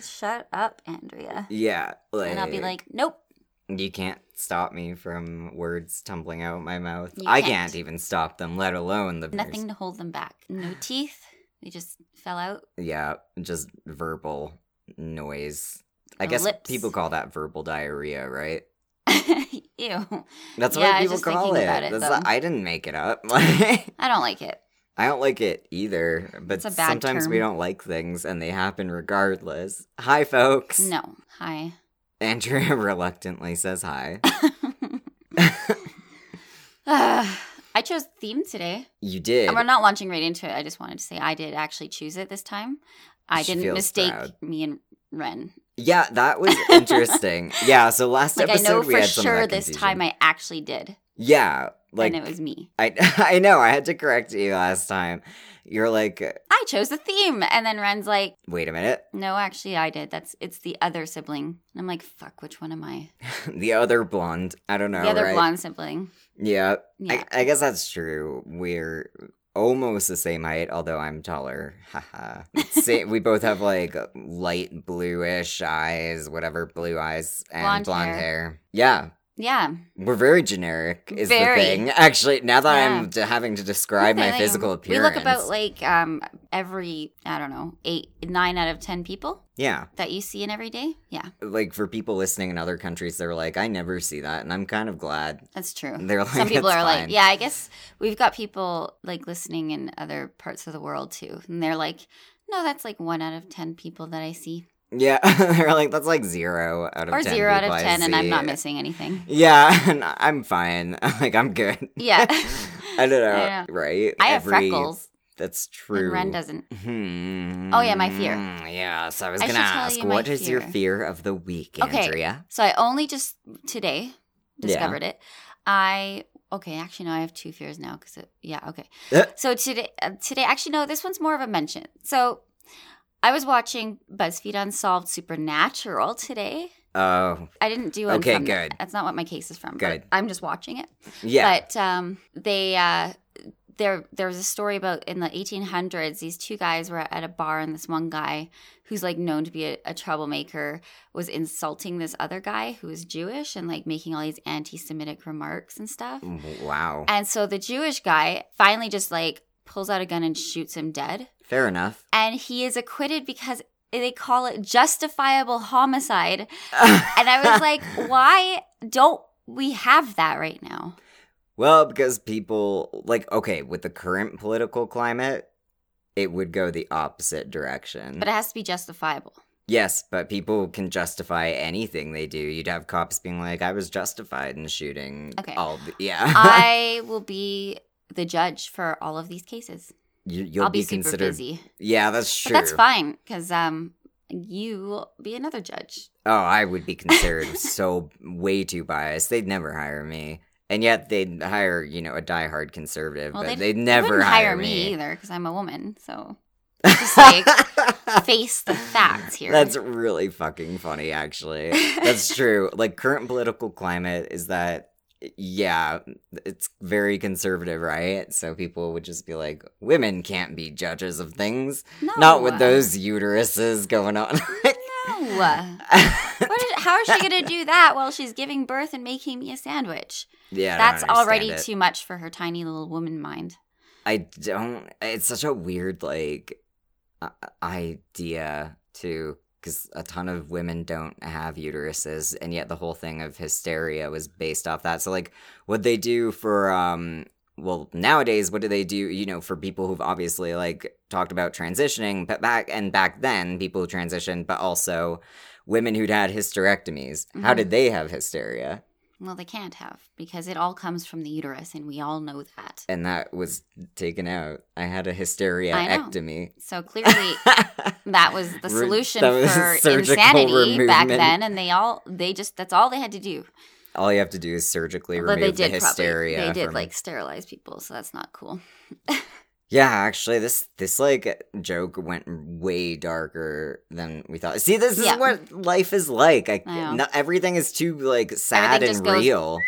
shut up, Andrea. Yeah. Like, And I'll be like, nope. you can't stop me from words tumbling out my mouth. You I can't. can't even stop them, let alone the verse. Nothing to hold them back. No teeth. They just fell out. Yeah, just verbal noise. I The guess lips. people call that verbal diarrhea, right? Ew. That's Yeah, what I was people just call thinking it. about it, That's though. not- I didn't make it up. I I don't like it. don't like it either, but It's a bad sometimes we term. don't like things and they happen regardless. Hi, folks. No. Hi. Andrea reluctantly says hi. Ah, I chose theme today. you did. And we're not launching right into it. I just wanted to say I did actually choose it this time. I She didn't feels mistake proud. me and Ren. Yeah, that was interesting. yeah, so last Like I episode know we for had some of sure that this confusion. time I actually did, Yeah, like and it was me. I I know I had to correct you last time. You're like, I chose the theme, and then Ren's like, "Wait a minute. "No, actually, I did. That's it's the other sibling." And I'm like, "Fuck, which one am I? The other blonde. I don't know, the other right?" blonde sibling." Yeah. Yeah, I, I guess that's true. We're almost the same height, although I'm taller. Haha. Sa- we both have like light bluish eyes, whatever blue eyes, and blonde, Blonde hair. hair. Yeah. yeah. We're very generic, is Very. the thing. Actually, now that Yeah. I'm d- having to describe my Like, physical We appearance. look about like um every I don't know eight nine out of ten people Yeah. that you see in every day. Yeah, Like for people listening in other countries, they're like, I never see that. And I'm kind of glad. that's true. They're like, Some people "It's are fine." like, yeah, I guess we've got people like listening in other parts of the world too, and they're like, no, that's like one out of ten people that I see, Yeah. they're like, that's like zero out of or 10. zero out of people I ten, and I'm not see." missing anything. Yeah, and I'm fine. Like I'm good. Yeah. I don't know. I Right? I have Every- freckles, That's true. and Ren doesn't. Hmm. Oh, yeah, my fear. Yes, I was I gonna should tell ask, you my what is your fear. fear of the week, Okay. Andrea? So I only just today Yeah. discovered it. I okay, actually no, I have two fears now because yeah, okay. Uh. So today, uh, today, actually no, this one's more of a mention. So I was watching BuzzFeed Unsolved Supernatural today. Oh, I didn't do one Okay, from that. good. That's not what my case is from. But Good. I'm just watching it. yeah. But um, they uh, there there was a story about in the 1800s these two guys were at a bar and this one guy who's like known to be a, a troublemaker was insulting this other guy who was Jewish and like making all these anti-Semitic remarks and stuff. Mm. wow. And so the Jewish guy finally just like pulls out a gun and shoots him dead Fair enough. and he is acquitted because they call it justifiable homicide and I was like, why don't we have that right now? well, because people like okay, with the current political climate, it would go the opposite direction. But it has to be justifiable. Yes, but people can justify anything they do. You'd have cops being like, "I was justified in shooting." Okay. all the- yeah. I will be the judge for all of these cases. you, you'll I'll be, be, super considered. busy. Yeah, that's true. But that's fine because um, you will be another judge. Oh, I would be considered so way too biased. They'd never hire me, and yet they'd hire you know a diehard conservative, Well, but they'd- they'd, They never wouldn't hire, hire me either because I'm a woman. So just like face the facts here. That's really fucking funny, actually. That's true. Like current political climate is that yeah, it's very conservative, right? So people would just be like, women can't be judges of things. no. Not with those uteruses going on. No. What is- how is she going to do that while she's giving birth and making me a sandwich? yeah, I don't That's already understand it. too much for her tiny little woman mind. I don't. It's such a weird like uh, idea too, because a ton of women don't have uteruses, and yet the whole thing of hysteria was based off that. So like, what they do for um. Well, nowadays, what do they do? You know, for people who've obviously like talked about transitioning, but back and back then, people who transitioned, but also women who'd had hysterectomies. How Mhm. did they have hysteria? Well, they can't have because it all comes from the uterus, and we all know that. And that was taken out. I had a I know. hysteria So clearly, that was the Re- solution that was for surgical insanity back removement. then, and they all they just that's all they had to do. All you have to do is surgically Although remove they did the hysteria. probably they did from- like sterilize people, so that's not cool. yeah, actually, this this like joke went way darker than we thought. See, this Yeah. is what life is like. I, I know. no- everything is too like sad Everything just and goes- real.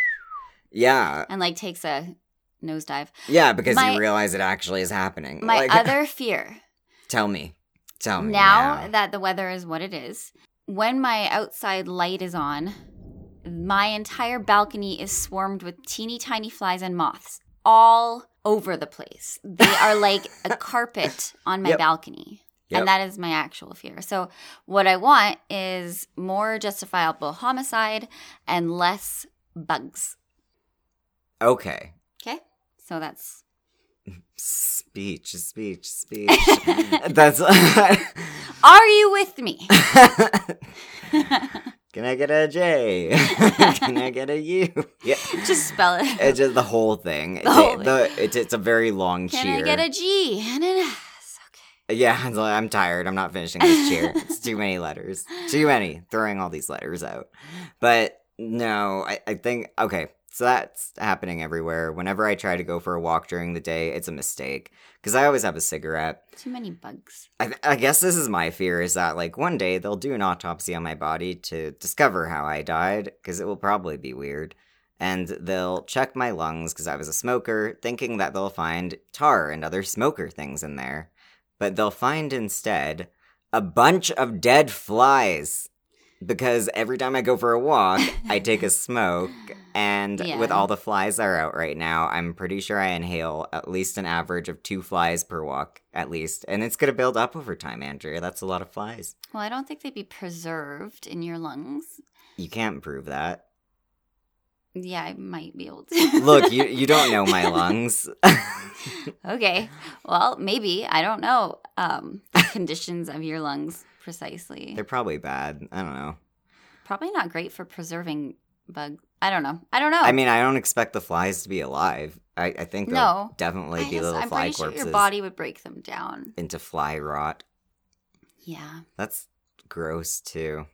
Yeah, And like takes a nosedive. yeah, because My- you realize it actually is happening. My Like, other fear tell me, Tell me now that the weather is what it is, when my outside light is on, my entire balcony is swarmed with teeny tiny flies and moths all over the place. They are like a carpet on my Yep. balcony. Yep. And that is my actual fear. So, what I want is more justifiable homicide and less bugs. okay. Okay. So, that's Speech, speech, speech. That's. Are you with me? Can I get a J? Can I get a U? Yeah. Just spell it. It's just the whole thing. The whole It- the- it's, it's a very long Can cheer. I get a G and an S? Yeah, it's like, I'm tired. I'm not finishing this cheer. It's too many letters. Too many. Throwing all these letters out. But no, I, I think, okay, so that's happening everywhere. Whenever I try to go for a walk during the day, it's a mistake because I always have a cigarette. Okay. Too many bugs. I, I guess this is my fear is that, like, one day they'll do an autopsy on my body to discover how I died because it will probably be weird. And they'll check my lungs because I was a smoker, thinking that they'll find tar and other smoker things in there. But they'll find instead a bunch of dead flies because every time I go for a walk, I take a smoke. And with Yeah. all the flies that are out right now, I'm pretty sure I inhale at least an average of two flies per walk, at least. And it's going to build up over time, Andrea. That's a lot of flies. Well, I don't think they'd be preserved in your lungs. You can't prove that. Yeah, I might be able to. Look, you, you don't know my lungs. okay. Well, maybe. I don't know um, the conditions of your lungs precisely. They're probably bad. I don't know. Probably not great for preserving bugs. I don't know. I don't know. I mean, I don't expect the flies to be alive. I, I think they'll No. definitely I be little am fly pretty corpses sure your body would break them down. into fly rot. Yeah. That's gross, too.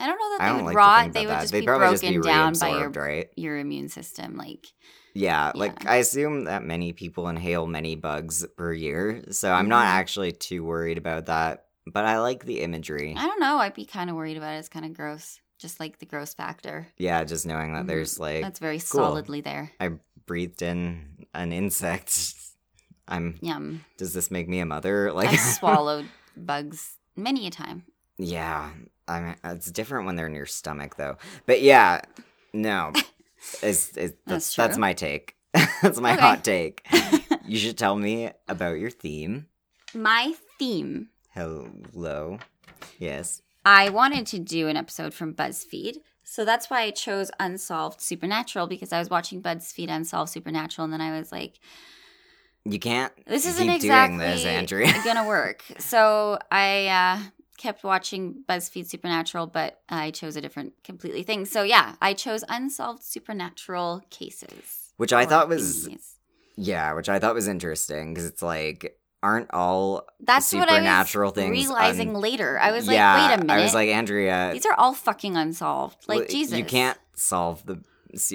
I don't know that I they don't would like rot. to think about they would that. just They'd be probably broken just be down by your, reabsorbed, right? your immune system. Like, Yeah, like I assume that many people inhale many bugs per year, so I'm not Mhm. actually too worried about that. But I like the imagery. I don't know. I'd be kind of worried about it. It's kind of gross. Just like the gross factor. Yeah, just knowing that Mhm. there's like That's very cool. solidly there. breathed in an insect. I'm. Yum. Does this make me a mother? Like, I've swallowed bugs many a time. yeah, I mean, it's different when they're in your stomach, though. But yeah, no, it's, it's that's that's, That's true. my take. that's my Okay. hot take. you should tell me about your theme. My theme. Hello. Yes. I wanted to do an episode from BuzzFeed. So that's why I chose Unsolved Supernatural because I was watching BuzzFeed Unsolved Supernatural and then I was like, You can't. this keep isn't doing exactly this, Andrea. gonna work. So I uh, kept watching BuzzFeed Supernatural, but I chose a different, completely thing. So yeah, I chose Unsolved Supernatural cases. Which I or thought was thingies. yeah, which I thought was interesting because it's like aren't all that's what I was supernatural things realizing un- later. I was like, yeah, wait a minute, I was like Andrea, these are all fucking unsolved. Like Uh, well, Jesus, you can't solve the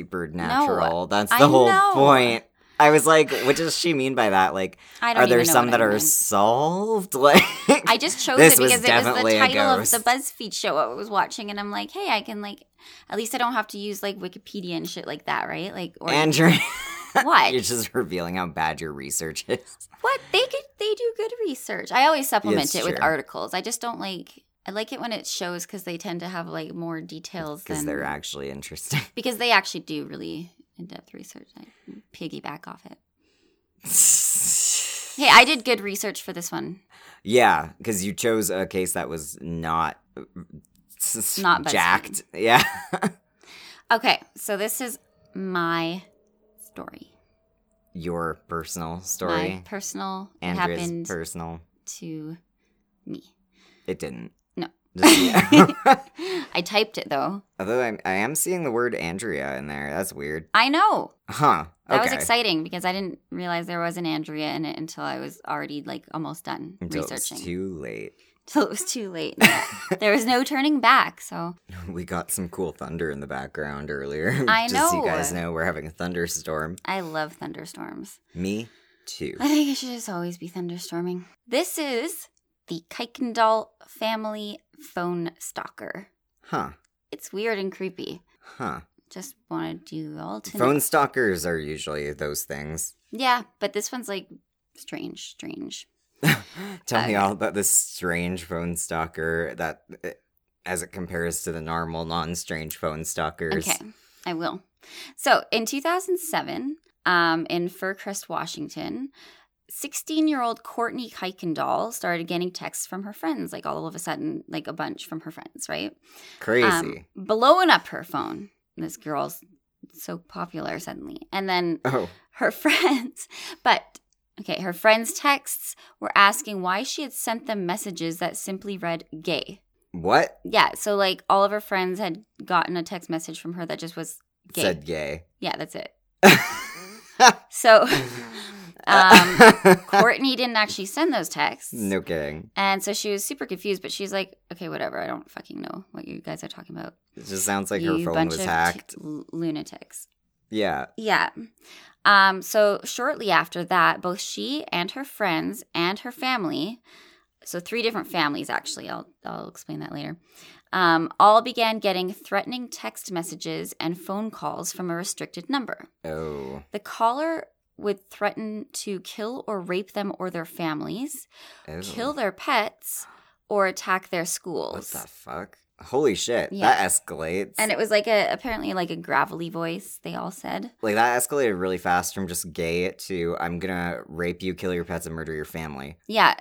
supernatural. That's the I whole know. point. I was like, what does she mean by that? Like, I don't are there even know some what that I are meant. solved? Like, I just chose This it was because it was definitely the a title of ghost. the BuzzFeed show I was watching, and I'm like, hey, I can like, at least I don't have to use like Wikipedia and shit like that, right? Like, or Andrea, what? you're just revealing how bad your research is. what they could they do good research. I always supplement Yes, it with sure. articles. I just don't like. I like it when it shows because they tend to have like more details Because than they're actually interesting. because they actually do really in depth research. I piggyback off it. Hey, I did good research for this one. Yeah, because you chose a case that was not Not BuzzFeed. jacked. Yeah. Okay, so this is my story, Your personal my story. personal. it Andrea's happened personal. to me. It didn't. No. Just- yeah. I typed it though. Although I'm, I am seeing the word Andrea in there. That's weird. I know. Huh. That okay. was exciting because I didn't realize there was an Andrea in it until I was already like almost done Until it was researching. too late. Until it was too late. there was no turning back. So We got some cool thunder in the background earlier. I Just so you know. guys know we're having a thunderstorm. I love thunderstorms. Me too. I think it should just always be thunderstorming. This is the Kuykendall family phone stalker. Huh. It's weird and creepy. Huh. Just wanted you all to know. Phone stalkers are usually those things. Yeah, but this one's like strange, strange. Tell me Okay. all about this strange phone stalker that, eh, as it compares to the normal non-strange phone stalkers. Okay, I will. So in 2007, um, in Furcrest, Washington, 16 year old Courtney Kuykendall started getting texts from her friends, like all of a sudden, like a bunch from her friends, right? Crazy. Um, blowing up her phone. This girl's so popular suddenly. And then oh, her friends, but okay, her friends' texts were asking why she had sent them messages that simply read gay. what? Yeah, so like all of her friends had gotten a text message from her that just was gay. Said gay. Yeah, that's it. So Um, Courtney didn't actually send those texts. no kidding. And so she was super confused, but she's like, okay, whatever. I don't fucking know what you guys are talking about. It just sounds like you her phone bunch was of hacked. t- l- lunatics. yeah. Yeah. Um, so shortly after that, both she and her friends and her family, so three different families actually, I'll I'll explain that later. Um, all began getting threatening text messages and phone calls from a restricted number. Oh. The caller would threaten to kill or rape them or their families, oh. kill their pets, or attack their What schools. the fuck? Holy shit. Yeah. That escalates. and it was like a apparently like a gravelly voice, they all said. like that escalated really fast from just gay to I'm gonna rape you, kill your pets, and murder your family. Yeah.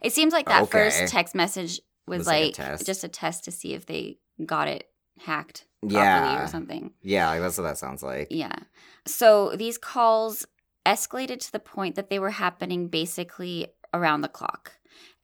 It seems like that Okay. first text message was, Was like a like, test. just a test to see if they got it hacked properly Yeah. or something. Yeah, like that's what that sounds like. Yeah. So these calls escalated to the point that they were happening basically around the clock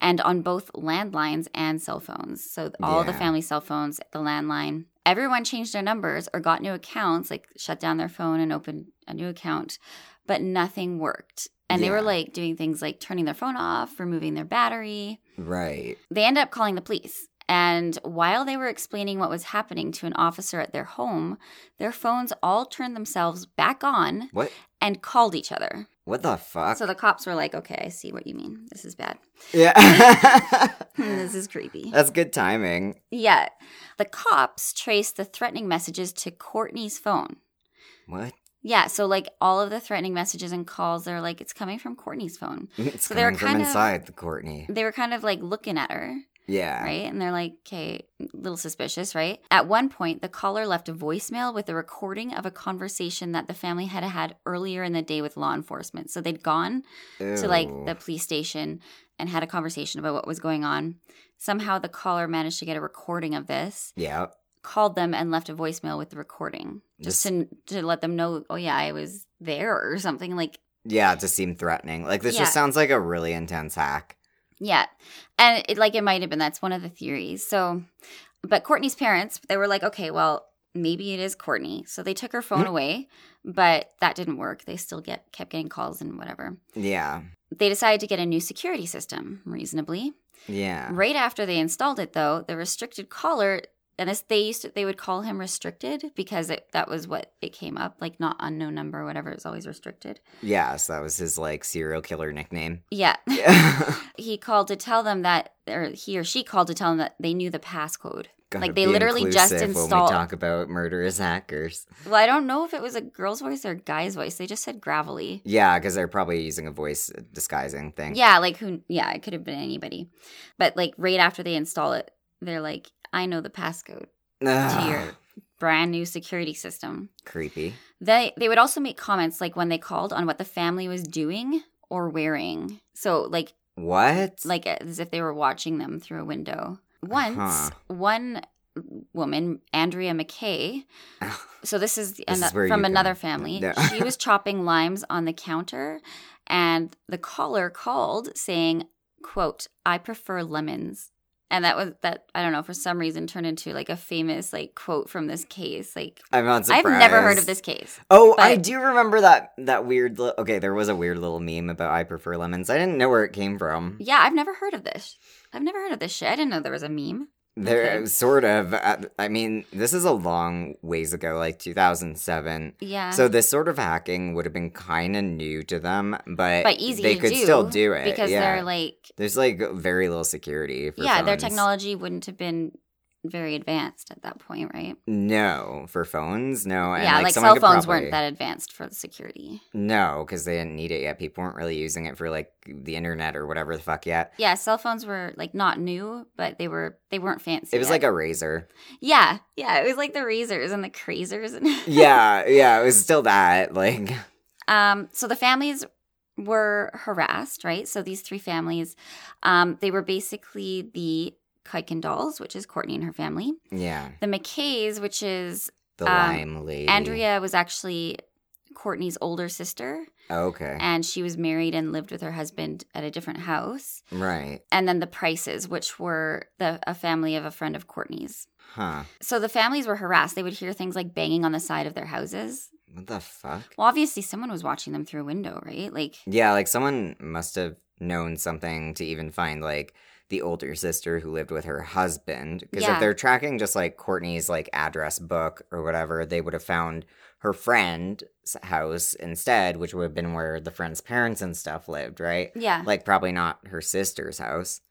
and on both landlines and cell phones. So all the Yeah. family cell phones, the landline, everyone changed their numbers or got new accounts, like shut down their phone and opened a new account, but nothing worked. And they were Yeah. like doing things like turning their phone off, removing their battery. Right. They ended up calling the police. And while they were explaining what was happening to an officer at their home, their phones all turned themselves back on What? and called each other. What the fuck? So the cops were like, okay, I see what you mean. This is bad. yeah. Hmm. this is creepy. That's good timing. Yeah. The cops traced the threatening messages to Courtney's phone. What? Yeah. So, like, all of the threatening messages and calls, they're like, it's coming from Courtney's phone. It's So they were coming from kind of- inside the Courtney. They were kind of like looking at her. Yeah. right? And they're like, okay, a little suspicious, right? At one point, the caller left a voicemail with a recording of a conversation that the family had had earlier in the day with law enforcement. So they'd gone to like Ew. the police station and had a conversation about what was going on. Somehow the caller managed to get a recording of this, Yeah. called them and left a voicemail with the recording just This- to, to let them know, oh yeah, I was there or something like Yeah, to seem threatening. Like this Yeah. just sounds like a really intense hack. Yeah. And it, like it might have been that's one of the theories. So but Courtney's parents, they were like, "Okay, well, maybe it is Courtney." So they took her phone Mhm. away, but that didn't work. They still get kept getting calls and whatever. Yeah. They decided to get a new security system, reasonably. Yeah. Right after they installed it though, the restricted caller and this they used to, they would call him restricted because it, that was what it came up like not unknown number whatever it's always restricted Yeah, so that was his like serial killer nickname. yeah Yeah. he called to tell them that or he or she called to tell them that they knew the passcode Gotta Like, they be literally just inclusive when installed- we talk about murderous hackers. Well, I don't know if it was a girl's voice or a guy's voice. They just said gravelly. Yeah, because they're probably using a voice disguising thing. Yeah, like who? Yeah, it could have been anybody. But like right after they install it, they're like, I know the passcode Ugh, to your brand new security system. creepy. They they would also make comments like when they called on what the family was doing or wearing. So like What? like uh, as if they were watching them through a window. Once Huh. one woman, Andrea McKay, Ugh, So this is, the- This is ano- where from you another come- family. No. she was chopping limes on the counter, and the caller called saying, "quote I prefer lemons," and that was that. I don't know for some reason turned into like a famous like quote from this case. Like I'm not surprised. I've never heard of this case. Oh, I but- do remember that that weird. Li- okay, there was a weird little meme about I prefer lemons. I didn't know where it came from. Yeah, I've never heard of this. I've never heard of this shit. I didn't know there was a meme. There, Okay. sort of. I, I mean, this is a long ways ago, like 2007. Yeah, So this sort of hacking would have been kind of new to them, but but easy they to could do still do it because yeah. they're like There's like very little security. For yeah, their phones. technology wouldn't have been very advanced at that point, right? No, for phones, no. And, yeah, like, someone cell could phones probably- weren't that advanced for the security. No, because they didn't need it yet. People weren't really using it for like the internet or whatever the fuck yet. Yeah, cell phones were like not new, but they were they weren't fancy. It was like a razor. yeah, yeah. It was like the razors and the crazers and yeah, yeah, it was still that. Like, Um, so the families were harassed, right? So these three families, um, they were basically the Kuykendalls, which is Courtney and her family, yeah, the McKays, which is the Um, lime lady. Andrea was actually Courtney's older sister, Okay, and she was married and lived with her husband at a different house. right, And then the Prices, which were the a family of a friend of Courtney's. huh? So the families were harassed. They would hear things like banging on the side of their houses. What the fuck? Well, obviously someone was watching them through a window, right? Like Yeah, like someone must have known something to even find like the older sister who lived with her husband. Because Yeah. if they're tracking just like Courtney's like address book or whatever, they would have found her friend's house instead, which would have been where the friend's parents and stuff lived, right? yeah. Like probably not her sister's house.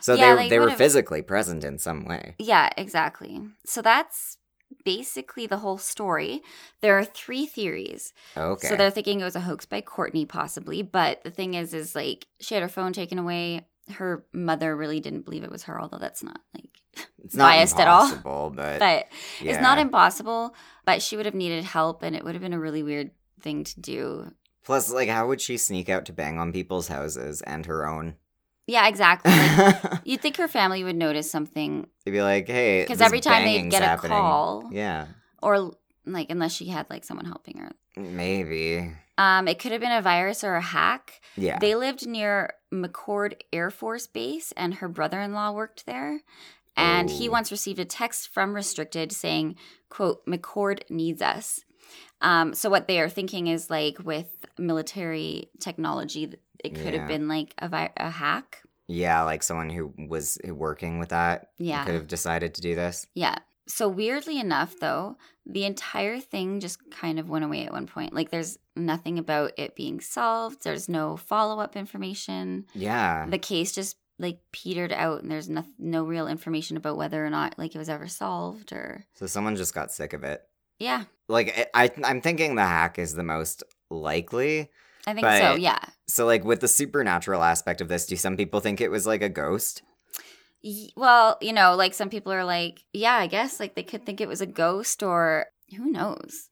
So Yeah, they they they were would've- physically present in some way. Yeah, exactly. So that's basically the whole story. There are three theories. Okay. So they're thinking it was a hoax by Courtney, possibly. But the thing is, is like she had her phone taken away. Her mother really didn't believe it was her, although that's not like, it's not biased at all, impossible, But, but it's not yeah. impossible. But she would have needed help, and it would have been a really weird thing to do. Plus, like, how would she sneak out to bang on people's houses and her own? Yeah, exactly. Like, you'd think her family would notice something They'd be like, hey, because this every time they banging's get a happening. call, Yeah, or like unless she had like someone helping her, maybe. um, it could have been a virus or a hack. Yeah. They lived near McCord Air Force Base, and her brother in law worked there. And he Ooh. once received a text from Restricted saying, quote, McCord needs us. Um, so what they are thinking is like with military technology, it could Yeah. have been like a, vi- a hack. yeah, like someone who was working with that Yeah. could have decided to do this. Yeah. So weirdly enough, though, the entire thing just kind of went away at one point. Like there's nothing about it being solved, there's no follow up information. Yeah. the case just like petered out and there's no, no real information about whether or not like it was ever solved or so someone just got sick of it. yeah Like, I, I- I'm thinking the hack is the most likely. i think so But- yeah So, like, with the supernatural aspect of this, do some people think it was like a ghost? Y- well you know like some people are like yeah i guess like they could think it was a ghost or who knows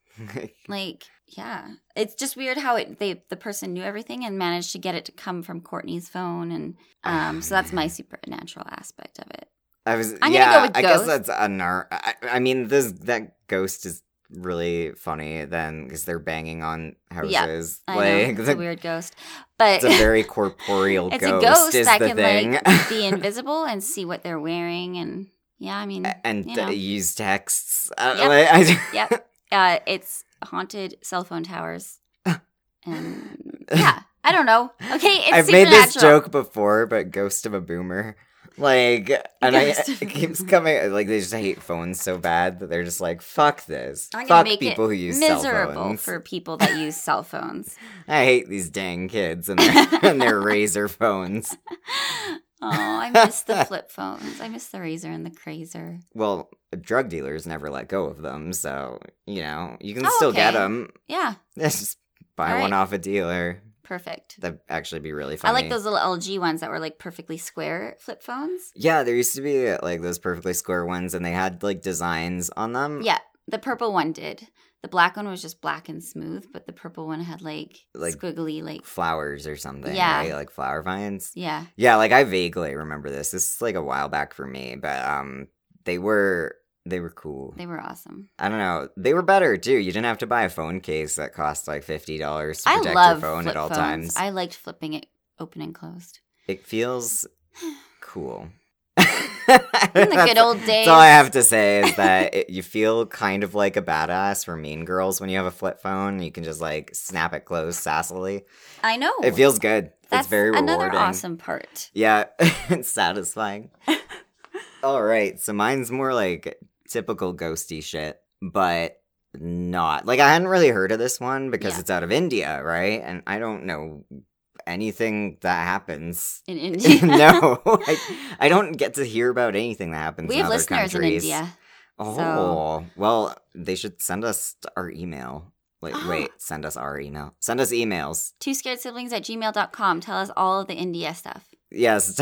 like yeah it's just weird how it they the person knew everything and managed to get it to come from courtney's phone and Oh, um so that's my supernatural aspect of it I was. gonna yeah, go with I ghost. guess that's a nar. I, I mean, this that ghost is really funny then because they're banging on houses. i know like it's the- a weird ghost but it's a very corporeal It's a ghost. ghost is that the can, thing. like, be invisible and see what they're wearing and yeah i mean and you d- know. use texts. Uh, Yep. like, I- Yep. uh, it's haunted cell phone towers and yeah i don't know okay it's I've made this supernatural. joke before, but ghost of a boomer. Like, and I, Ghost of a it keeps coming. Like, they just hate phones so bad that they're just like, "Fuck this! I'm gonna Fuck make it people who use cell miserable phones." for people that use cell phones I hate these dang kids and their, and their razor phones. oh i miss the flip phones i miss the razor and the crazer Well, drug dealers never let go of them, so you know you can Oh, still get okay. them. yeah Just buy All one right. off a dealer. perfect That'd actually be really funny. i like those little lg ones that were like perfectly square flip phones Yeah, there used to be like those perfectly square ones, and they had like designs on them. Yeah, the purple one did. The black one was just black and smooth, but the purple one had like, Like- squiggly, like flowers or something. Yeah. right? like flower vines. yeah, Yeah, like I vaguely remember this. This is like a while back for me, but um, they were they were cool. they were awesome. I don't know. They were better too. You didn't have to buy a phone case that cost like fifty dollars to I protect love your phone flip at all phones. times. I liked flipping it open and closed. It feels cool. the good old That's all I days. have to say is that it, you feel kind of like a badass for Mean Girls when you have a flip phone. You can just like snap it closed sassily. I know. It feels good. That's it's very rewarding. another awesome part. Yeah, it's satisfying. all right, so mine's more like typical ghosty shit, but not like I hadn't really heard of this one because Yeah. it's out of India, right? And I don't know anything that happens. in India. no, I, I don't get to hear about anything that happens we in have other listeners countries. in India. Oh, so- well, they should send us our email. Like, Ah. wait, send us our email. Send us emails. Two scared siblings at gmail.com. Tell us all of the India stuff. Yes,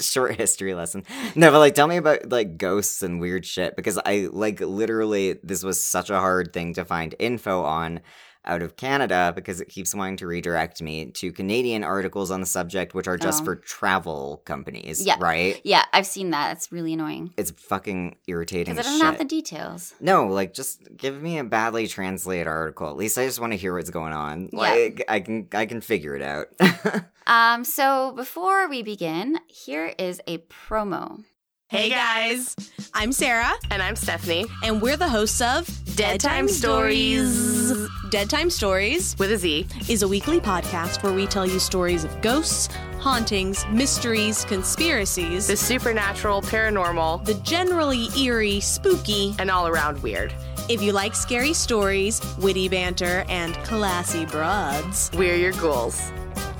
short history lesson. No, but like, tell me about like ghosts and weird shit because I like literally this was such a hard thing to find info on out of Canada because it keeps wanting to redirect me to Canadian articles on the subject, which are just Oh. for travel companies. Yeah. right. Yeah, I've seen that. It's really annoying It's fucking irritating. because it as doesn't shit. have the details. No, like just give me a badly translated article. At least I just want to hear what's going on. Yeah. Like I can I can figure it out. Um, so before we begin, here is a promo. Hey guys, I'm Sarah, and I'm Stephanie and we're the hosts of Dead Time Stories. Dead Time Stories with a Z. is a weekly podcast where we tell you stories of ghosts, hauntings, mysteries, conspiracies, The supernatural, paranormal, the generally eerie, spooky. and all around weird. If you like scary stories, witty banter, and classy broads, We're your ghouls.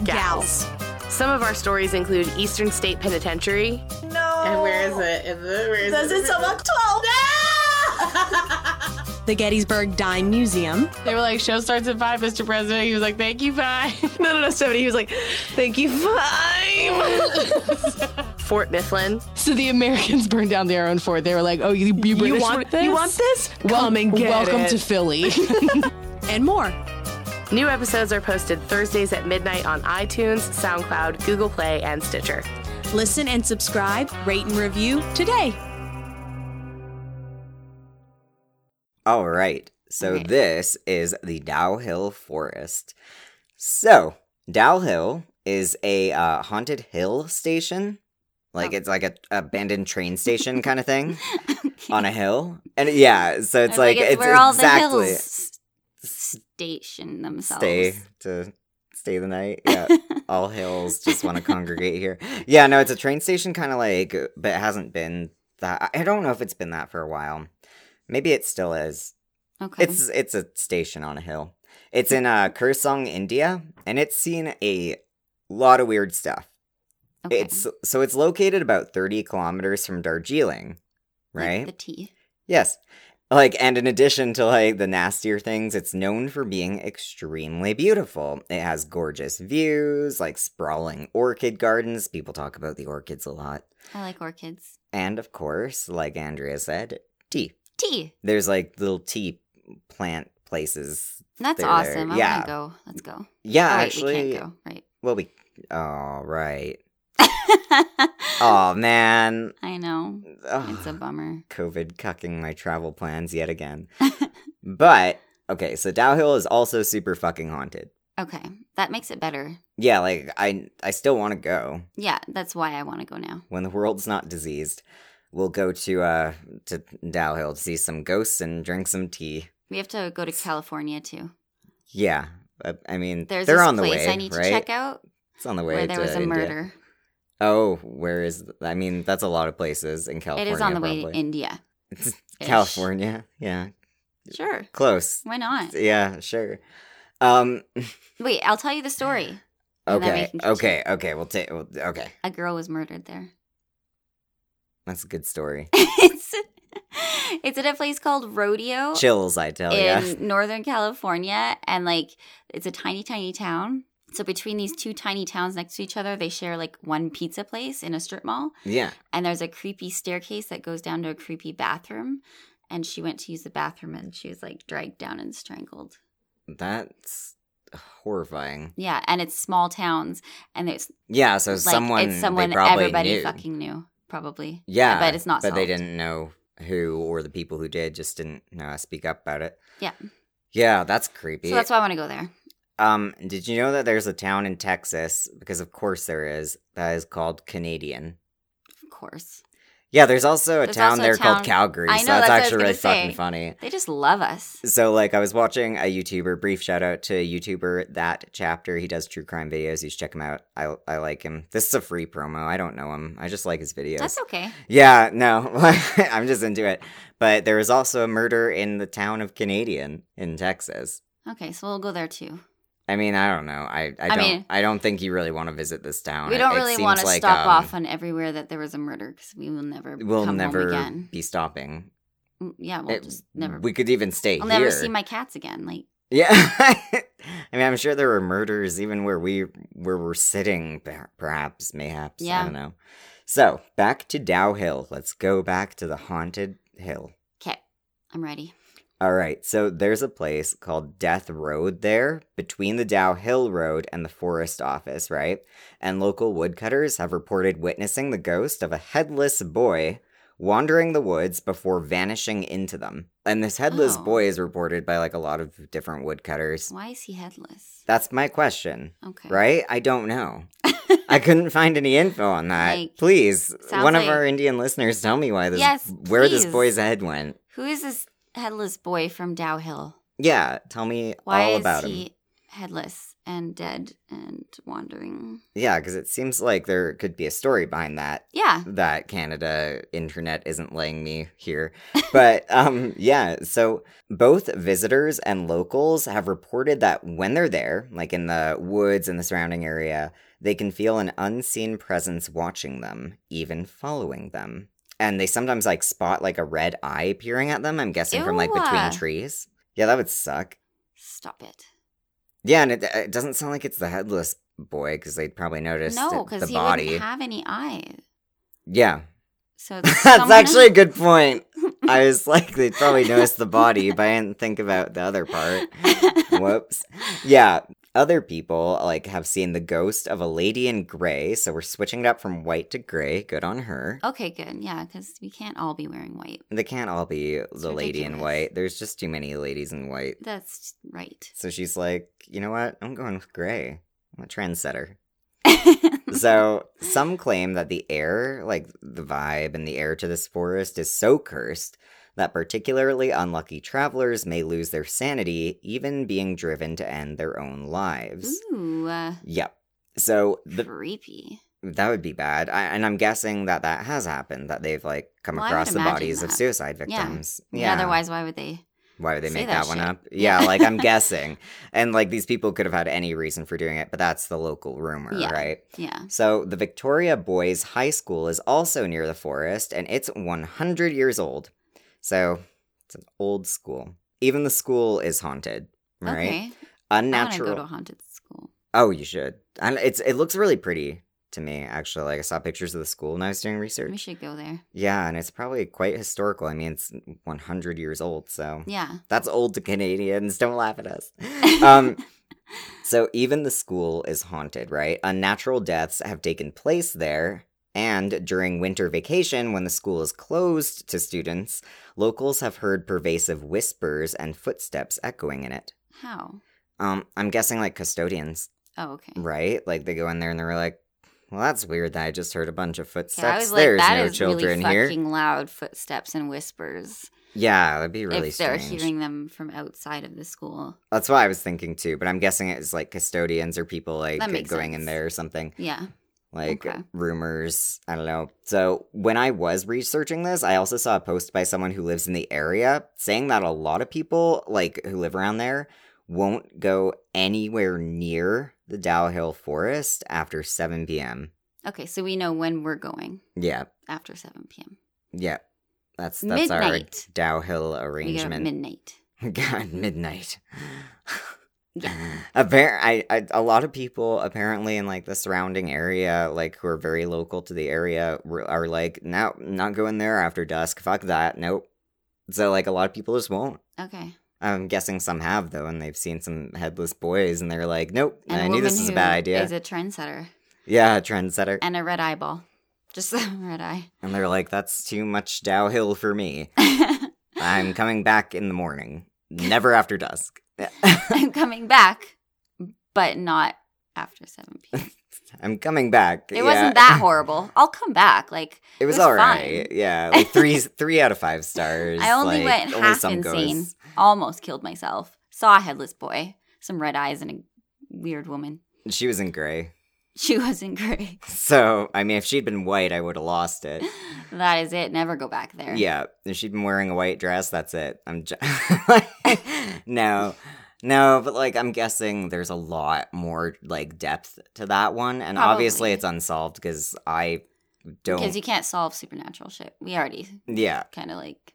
Gals. Some of our stories include Eastern State Penitentiary. No. And where is it? Is it where is up 12? the Gettysburg Dime Museum, They were like, show starts at five, Mr. President. He was like, thank you, five. no, no, no, seventy. He was like, thank you, five. Fort Mifflin. So the Americans burned down their own fort. They were like, "Oh, you, you British want this? You want this? Wel- Come and get welcome it. to Philly." and more. New episodes are posted Thursdays at midnight on iTunes, SoundCloud, Google Play, and Stitcher. Listen and subscribe, rate and review today. All right. So Okay. this is the Dow Hill Forest. So Dow Hill is a uh, haunted hill station. Like Oh. it's like a abandoned train station kind of thing on a hill. And yeah, so I it's was like, it's where all exactly the hills s- station themselves. stay to stay the night. Yeah. all hills just want to congregate here. Yeah, no, it's a train station kind of like, but it hasn't been that. I don't know if it's been that for a while. Maybe it still is. Okay. It's it's a station on a hill. It's in uh, Kursong, India, and it's seen a lot of weird stuff. okay. It's so it's located about thirty kilometers from Darjeeling, Like right? the tea. Yes. Like, and in addition to like the nastier things, it's known for being extremely beautiful. It has gorgeous views, like sprawling orchid gardens. People talk about the orchids a lot. I like orchids. And of course, like Andrea said, tea. Tea. There's like little tea plant places. That's They're there. awesome. I Yeah. want to go. Let's go. Yeah, oh, wait, actually. we can't go. Right. Well, we. Oh, right. Oh, man. I know. Ugh. It's a bummer. COVID cucking my travel plans yet again. but, okay, so Dow Hill is also super fucking haunted. Okay. That makes it better. Yeah, like I I still want to go Yeah, that's why I want to go now. when the world's not diseased. We'll go to uh to Dow Hill to see some ghosts and drink some tea. We have to go to California too. Yeah, I, I mean There's they're this on the place way. I need to right? check out It's on the way. where there to was a India. murder. Oh, where is? th- I mean, that's a lot of places in California. it is on the way to probably. India. California. Yeah, Sure. close. Why not? Yeah, sure. Um. Wait, I'll tell you the story. And then we Okay. can continue. Okay. Okay. We'll take. We'll, okay. A girl was murdered there. That's a good story. it's it's at a place called Rodeo Chills, I tell ya. in Northern California, and like it's a tiny, tiny town. So between these two tiny towns next to each other, they share like one pizza place in a strip mall, Yeah. and there's a creepy staircase that goes down to a creepy bathroom. And she went to use the bathroom, and she was like dragged down and strangled. That's horrifying. Yeah, and it's small towns, and there's Yeah, so like someone it's someone they probably everybody knew. fucking knew, probably. yeah, but it's not. But they solved. didn't know who or the people who did just didn't uh, speak up about it. Yeah. Yeah, that's creepy. So that's why I want to go there. um, did you know that there's a town in Texas because of course there is that is called Canadian. Of course, Yeah, there's also a There's town also a there town- called Calgary. I so know, that's, that's what I was actually gonna really fucking say. funny. they just love us. So like I was watching a YouTuber, brief shout out to a YouTuber that chapter. He does true crime videos. You should check him out. I I like him. This is a free promo. I don't know him. I just like his videos. That's okay. Yeah, no, I'm just into it. But there was also a murder in the town of Canadian in Texas. Okay, so we'll go there too. I mean, I don't know. I, I, I don't. mean- I don't think you really want to visit this town. we It- don't it really seems want to like, stop um, off on everywhere that there was a murder because we will never We'll come never home again. be stopping. Mm, Yeah, we'll It- just never. We could even stay I'll here. never see my cats again. Like Yeah. I mean, I'm sure there were murders even where we where we're sitting, per- perhaps, mayhaps. I Yeah. don't know. So back to Dow Hill. Let's go back to the haunted hill. okay, I'm ready. All right. So there's a place called Death Road there between the Dow Hill Road and the Forest Office, right? And local woodcutters have reported witnessing the ghost of a headless boy wandering the woods before vanishing into them. And this headless Oh. boy is reported by like a lot of different woodcutters. Why is he headless? That's my question, Okay, right? I don't know. I couldn't find any info on that. Like, please, sounds one of like- our Indian listeners, tell me why this, Yes, where this please. boy's head went. Who is this headless boy from Dow Hill? Yeah, tell me Why all is about he him. headless and dead and wandering? Yeah, because it seems like there could be a story behind that. Yeah, That Canada internet isn't laying me here. But um yeah, so both visitors and locals have reported that when they're there, like in the woods and the surrounding area, they can feel an unseen presence watching them, even following them. And they sometimes like spot like a red eye peering at them, I'm guessing from like between Ew. trees. Yeah, that would suck. stop it. Yeah, and it, it doesn't sound like it's the headless boy because they'd probably noticed No, the because he body. wouldn't have any eyes. yeah, So it's that's someone actually a else. good point. I was like, they'd probably noticed the body, but I didn't think about the other part. Whoops. Yeah, other people like have seen the ghost of a lady in gray, so we're switching it up from white to gray. Good on her. Okay, good. Yeah, because we can't all be wearing white. They can't all be the lady in ridiculous. white. There's just too many ladies in white. That's right. So she's like, you know what? I'm going with gray. I'm a trendsetter. so some claim that the air, like the vibe and the air to this forest, is so cursed that particularly unlucky travelers may lose their sanity, even being driven to end their own lives. Ooh, uh, Yep. So the, creepy. that would be bad, I, and I'm guessing that that has happened. That they've like come Well, I would across the imagine bodies of that. suicide Yeah. victims. I mean, Otherwise, why would they? Why would they Say make that, that one shit. up? Yeah, Yeah. like I'm guessing. And like these people could have had any reason for doing it, but that's the local rumor, Yeah. right? Yeah. So the Victoria Boys High School is also near the forest and it's 100 years old. So it's an old school. Even the school is haunted, right? Okay. I want to Unnatural. go to a haunted school. oh, you should. And it's it looks really pretty to me actually. Like I saw pictures of the school when I was doing research. We should go there. Yeah, and it's probably quite historical. I mean, it's 100 years old, so Yeah. that's old to Canadians. Don't laugh at us. Um, so even the school is haunted, right? Unnatural deaths have taken place there. And during winter vacation, when the school is closed to students, locals have heard pervasive whispers and footsteps echoing in it. How? Um, I'm guessing like custodians, Oh, okay. right? Like they go in there and they're like, well, that's weird that I just heard a bunch of Okay, I footsteps. was like, There's that no is children really here. fucking loud footsteps and whispers. Yeah, that'd be really if they're strange. hearing them from outside of the school. That's what I was thinking too, but I'm guessing it's like custodians or people like That makes going in sense. there or something. Yeah. like Okay. rumors. I don't know. So when I was researching this, I also saw a post by someone who lives in the area saying that a lot of people like who live around there won't go anywhere near the Dow Hill Forest after 7 p.m. Okay, so we know when we're going Yeah, after 7 p.m. yeah. That's that's Midnight. our Dow Hill We go at arrangement. midnight. God, midnight. Appar- I, I, a lot of people apparently in like the surrounding area, like who are very local to the area, were- are like, no, not going there after dusk. Fuck that. Nope. So like a lot of people just won't. Okay. I'm guessing some have though, and they've seen some headless boys, and they're like, nope. And a I knew this woman was a who bad idea. Is a trendsetter yeah, trendsetter. and a red eyeball. Just a red eye. And they're like, that's too much Dow Hill for me. I'm coming back in the morning, never after dusk. I'm coming back, but not after 7 p.m. I'm coming back. It Yeah. wasn't that horrible. I'll come back. Like It was, was all right. fine. Yeah, like three three out of five stars. I only like, went only half some insane. goes. Almost killed myself. Saw a headless boy, some red eyes, and a weird woman. She was in gray, She wasn't great. so I mean, if she'd been white, I would have lost it. that is it. Never go back there. Yeah, if she'd been wearing a white dress, that's it. I'm j- no, No, but like I'm guessing there's a lot more like depth to that one, and obviously Probably. it's unsolved because I Because don't. you can't solve supernatural shit. We already yeah, kind of like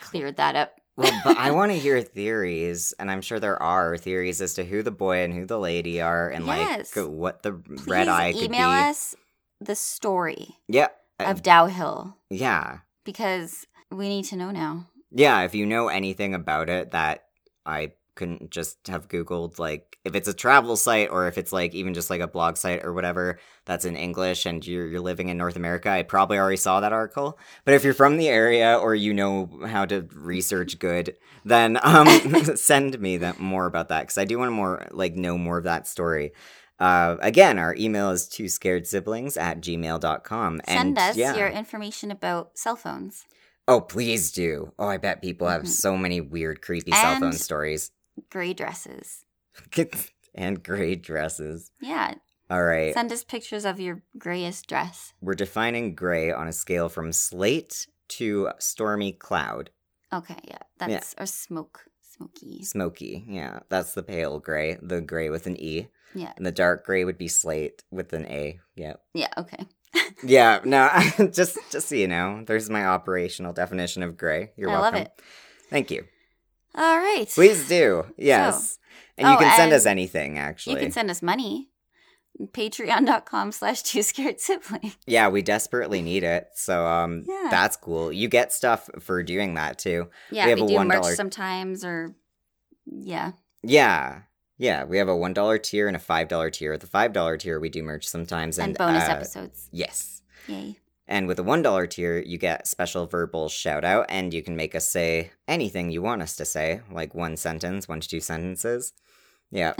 cleared that up. well, but I want to hear theories, and I'm sure there are theories as to who the boy and who the lady are, and Yes. like what the Please red eye could be. email us the story Yeah, uh, of Dow Hill yeah, because we need to know now. yeah. If you know anything about it that I couldn't just have googled, like if it's a travel site or if it's like even just like a blog site or whatever that's in English, and you're you're living in North America, I probably already saw that article. But if you're from the area or you know how to research good, then um, send me that more about that because I do want to more like know more of that story. Uh, again, our email is two scared siblings at gmail.com. Send and us yeah. your information about cell phones. Oh, please do. Oh, I bet people have Mhm. so many weird, creepy cell phone And- stories Gray dresses. and gray dresses. Yeah. All right. Send us pictures of your grayest dress. We're defining gray on a scale from slate to stormy cloud. Okay, yeah. That's or smoke. Smoky. Smoky. Yeah, that's the pale gray, the gray with an E. Yeah. And the dark gray would be slate with an A. Yeah. Yeah, okay. Yeah, no, just just so you know, there's my operational definition of gray. You're I love welcome. it. Thank you. All right. Please do. Yes. and you Oh, can send us and anything actually. You can send us money. Patreon.com slash two scared siblings. Yeah, we desperately need it. So um Yeah. that's cool. You get stuff for doing that too. Yeah, We have we, a do merch $1 sometimes or yeah. Yeah. Yeah, we have a $1 tier and a $5 tier. With the $5 tier, we do merch sometimes And, and, bonus uh, episodes. Yes. Yay. And with the $1 tier, you get special verbal shout out and you can make us say anything you want us to say, like one sentence, one to two sentences. Yeah.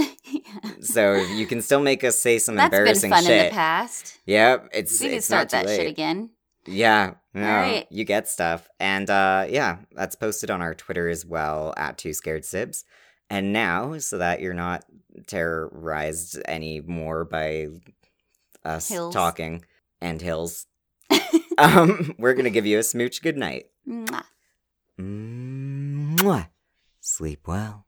so you can still make us say some That's been embarrassing fun shit. in the past. Yep, it's we could it's start not too that shit late. again. Yeah. No, right. You get stuff. And uh yeah, that's posted on our Twitter as well at Two Scared Sibs. And now, so that you're not terrorized anymore by us Hills. talking and hills, um, we're gonna give you a smooch goodnight. Mwah. Mwah. Sleep well.